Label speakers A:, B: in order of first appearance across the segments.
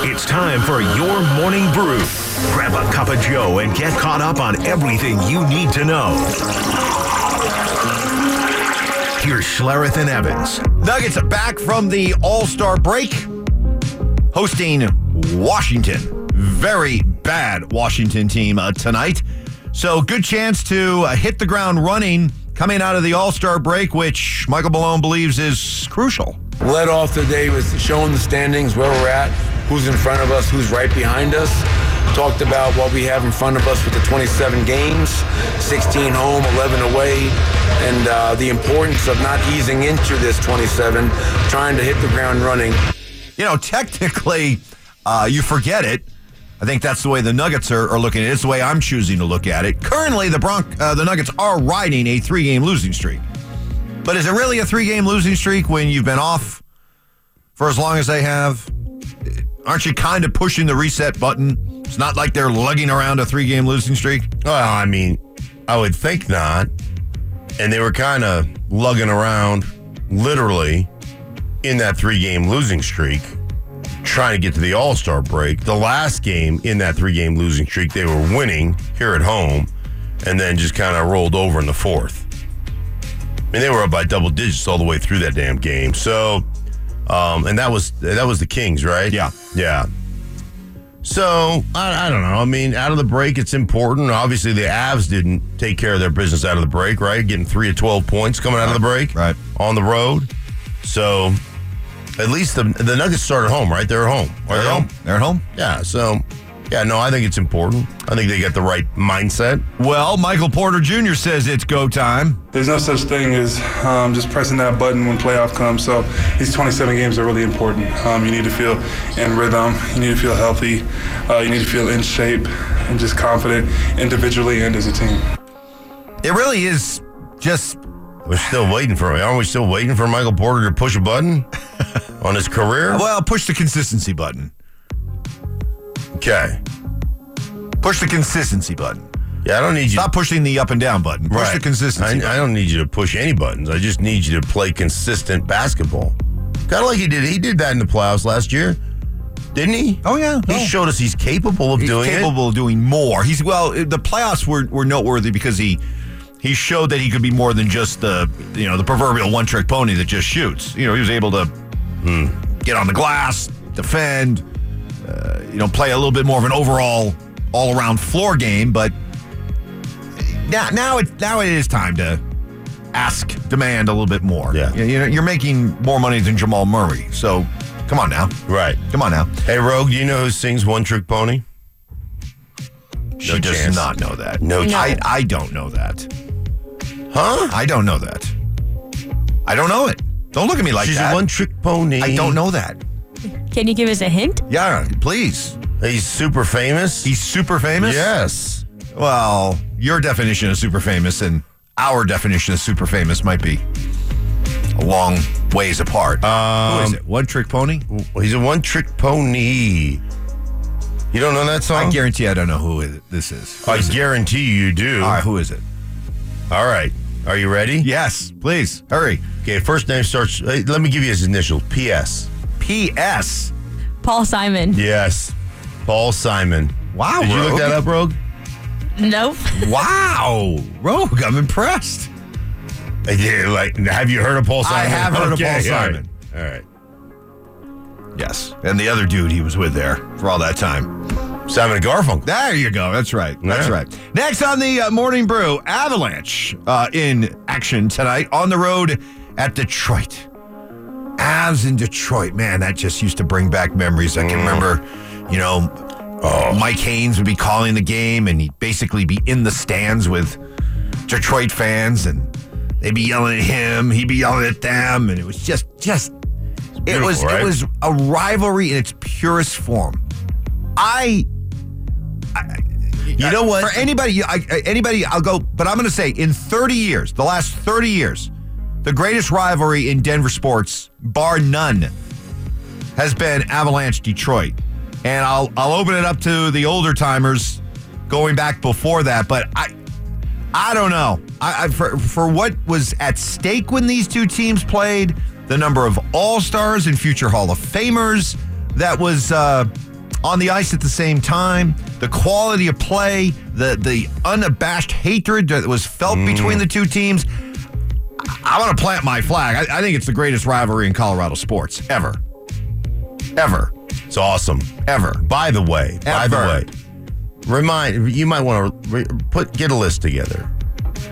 A: It's time for your morning brew. Grab a cup of Joe and get caught up on everything you need to know. Here's Schlereth and Evans.
B: Nuggets are back from the All Star break, hosting Washington. Very bad Washington team uh, tonight. So, good chance to uh, hit the ground running coming out of the All Star break, which Michael Malone believes is crucial.
C: Led off today with showing the standings, where we're at, who's in front of us, who's right behind us. Talked about what we have in front of us with the 27 games, 16 home, 11 away, and uh, the importance of not easing into this 27, trying to hit the ground running.
B: You know, technically, uh, you forget it. I think that's the way the Nuggets are, are looking at it. It's the way I'm choosing to look at it. Currently, the Bronc, uh, the Nuggets are riding a three-game losing streak. But is it really a three-game losing streak when you've been off for as long as they have? Aren't you kind of pushing the reset button? It's not like they're lugging around a three-game losing streak.
D: Well, I mean, I would think not. And they were kind of lugging around, literally, in that three game losing streak, trying to get to the All Star break. The last game in that three game losing streak, they were winning here at home and then just kind of rolled over in the fourth. I mean, they were up by double digits all the way through that damn game. So, um, and that was that was the Kings, right?
B: Yeah.
D: yeah. So I, I don't know. I mean, out of the break, it's important. Obviously, the Avs didn't take care of their business out of the break, right? Getting three of twelve points coming out of the break,
B: Right.
D: On the road, so at least the the Nuggets start at home, right? They're at home. Are they home?
B: They're at home.
D: Yeah. So, yeah. No, I think it's important. I think they got the right mindset.
B: Well, Michael Porter Jr. says it's go time.
E: There's no such thing as um, just pressing that button when playoff comes. So these 27 games are really important. Um, you need to feel in rhythm. You need to feel healthy. Uh, you need to feel in shape and just confident individually and as a team.
B: It really is just
D: We're still waiting for. Aren't we still waiting for Michael Porter to push a button on his career?
B: well, push the consistency button.
D: Okay.
B: Push the consistency button.
D: Yeah, I don't need you.
B: Stop pushing the up and down button. Push
D: Right.
B: the consistency. button.
D: I, I don't need you to push any buttons. I just need you to play consistent basketball. Kind of like he did. He did that in the playoffs last year, didn't he?
B: Oh, yeah.
D: He
B: Oh.
D: showed us he's capable of
B: He's
D: doing
B: capable of doing more. He's well. The playoffs were, were noteworthy because he he showed that he could be more than just the you know the proverbial one trick pony that just shoots. You know he was able to
D: Hmm.
B: get on the glass, defend, uh, you know play a little bit more of an overall all around floor game. But now now it now it is time to ask demand a little bit more.
D: Yeah.
B: you you know, you're making more money than Jamal Murray, so come on now,
D: it. Right.
B: come on now.
D: Hey, Rogue, do you know who sings One Trick Pony?
B: She
D: No
B: does
D: chance.
B: not know that.
D: No No.
B: I,
D: chance.
B: I don't know that.
D: Huh?
B: I don't know that. I don't know it. Don't look at me like
D: She's
B: that.
D: a One Trick Pony.
B: I don't know that.
F: Can you give us a hint?
B: Yeah, please.
D: He's super famous.
B: He's super famous.
D: yes.
B: Well, your definition of super famous and our definition of super famous might be a long ways apart. Um, Who is it? One Trick Pony?
D: He's a One Trick Pony. You don't know that song?
B: I guarantee I don't know who it, this is. Who
D: I
B: is it?
D: guarantee you do.
B: All right, who is it?
D: All right. Are you ready?
B: Yes, please. Hurry.
D: Okay, first name starts. hey, Let me give you his initials. P.S.
B: P.S.
F: Paul Simon.
D: Yes, Paul Simon.
B: Wow,
D: Did you
B: Rogue.
D: look that up, Rogue?
F: Nope.
B: Wow. Rogue, I'm impressed.
D: I did, Like, have you heard of Paul Simon?
B: I have heard of
D: Okay,
B: Paul
D: all right.
B: Simon.
D: All right.
B: Yes. And the other dude he was with there for all that time.
D: Simon and Garfunkel.
B: There you go. That's right. That's
D: Yeah.
B: right. Next on the uh, Morning Brew, Avalanche uh, in action tonight on the road at Detroit. Avs in Detroit. Man, that just used to bring back memories. I can remember, you know, Mike Haynes would be calling the game and he'd basically be in the stands with Detroit fans and they'd be yelling at him, he'd be yelling at them, and it was just just it was
D: Beautiful, right?
B: it was a rivalry in its purest form. I
D: You know what?
B: for anybody, I, I- anybody, I'll go. But I'm going to say, in 30 years, the last 30 years, the greatest rivalry in Denver sports, bar none, has been Avalanche Detroit. And I'll I'll open it up to the older timers, going back before that. But I I don't know. I, I for for what was at stake when these two teams played, the number of All Stars and future Hall of Famers, that was uh, on the ice at the same time, the quality of play, the the unabashed hatred that was felt
D: Mm.
B: between the two teams. I- I want to plant my flag. I, I think it's the greatest rivalry in Colorado sports ever, ever,
D: It's awesome.
B: ever.
D: By the way, by the
B: Ever.
D: way, remind you might want to re- put get a list together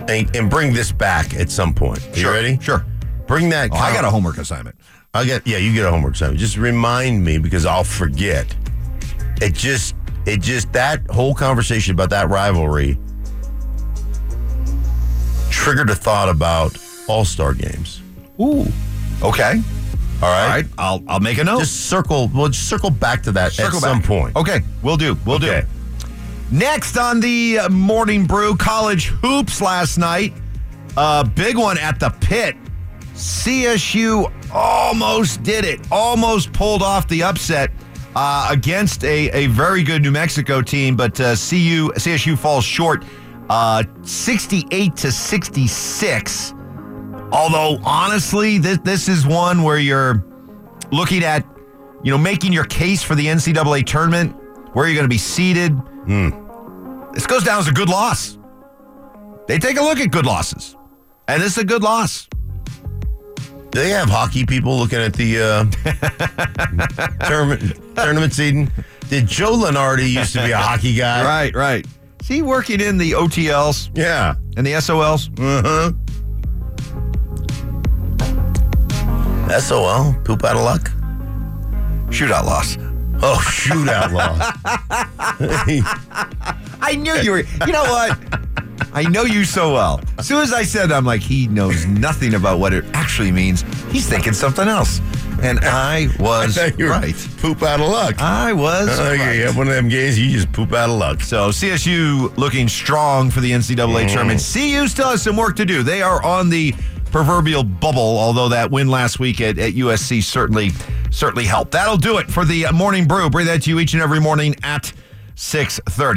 D: and, and bring this back at some point. You
B: Sure,
D: ready?
B: Sure.
D: Bring that.
B: Oh, I got a
D: com-
B: homework assignment.
D: I got yeah, you get a homework assignment. Just remind me because I'll forget. It just it just that whole conversation about that rivalry triggered a thought about all-star games.
B: Ooh. Okay.
D: All
B: All
D: right?
B: right. I'll I'll make a note.
D: Just circle well just circle back to that
B: Circle
D: at
B: back.
D: some point.
B: Okay, we'll do. We'll
D: Okay.
B: do. Next on the uh, morning brew, college hoops last night. A big one at the pit. CSU almost did it, almost pulled off the upset uh, against a, a very good New Mexico team, but uh, CU, CSU falls short uh, 68 to 66. Although, honestly, this, this is one where you're looking at, you know, making your case for the NCAA tournament, where you're going to be seated. This goes down as a good loss. They take a look at good losses, and this is a good loss.
D: Do they have hockey people looking at the uh, tournament, tournament seeding? Did Joe Lenardi used to be a hockey guy?
B: Right, right. Is he working in the OTLs
D: Yeah.
B: and the SOLs?
D: Uh huh. SOL, poop out of luck.
B: Shootout loss.
D: Oh, shootout loss.
B: I knew you were. You know what? I know you so well. As soon as I said, that, I'm like, he knows nothing about what it actually means. He's thinking something else, and I was right.
D: Poop out of luck.
B: I was
D: Oh, yeah,
B: right.
D: yeah, one of them games, you just poop out of luck.
B: So CSU looking strong for the NCAA tournament. CU still has some work to do. They are on the proverbial bubble, although that win last week at, at USC certainly certainly helped. That'll do it for the morning brew. Bring that to you each and every morning at 6:30.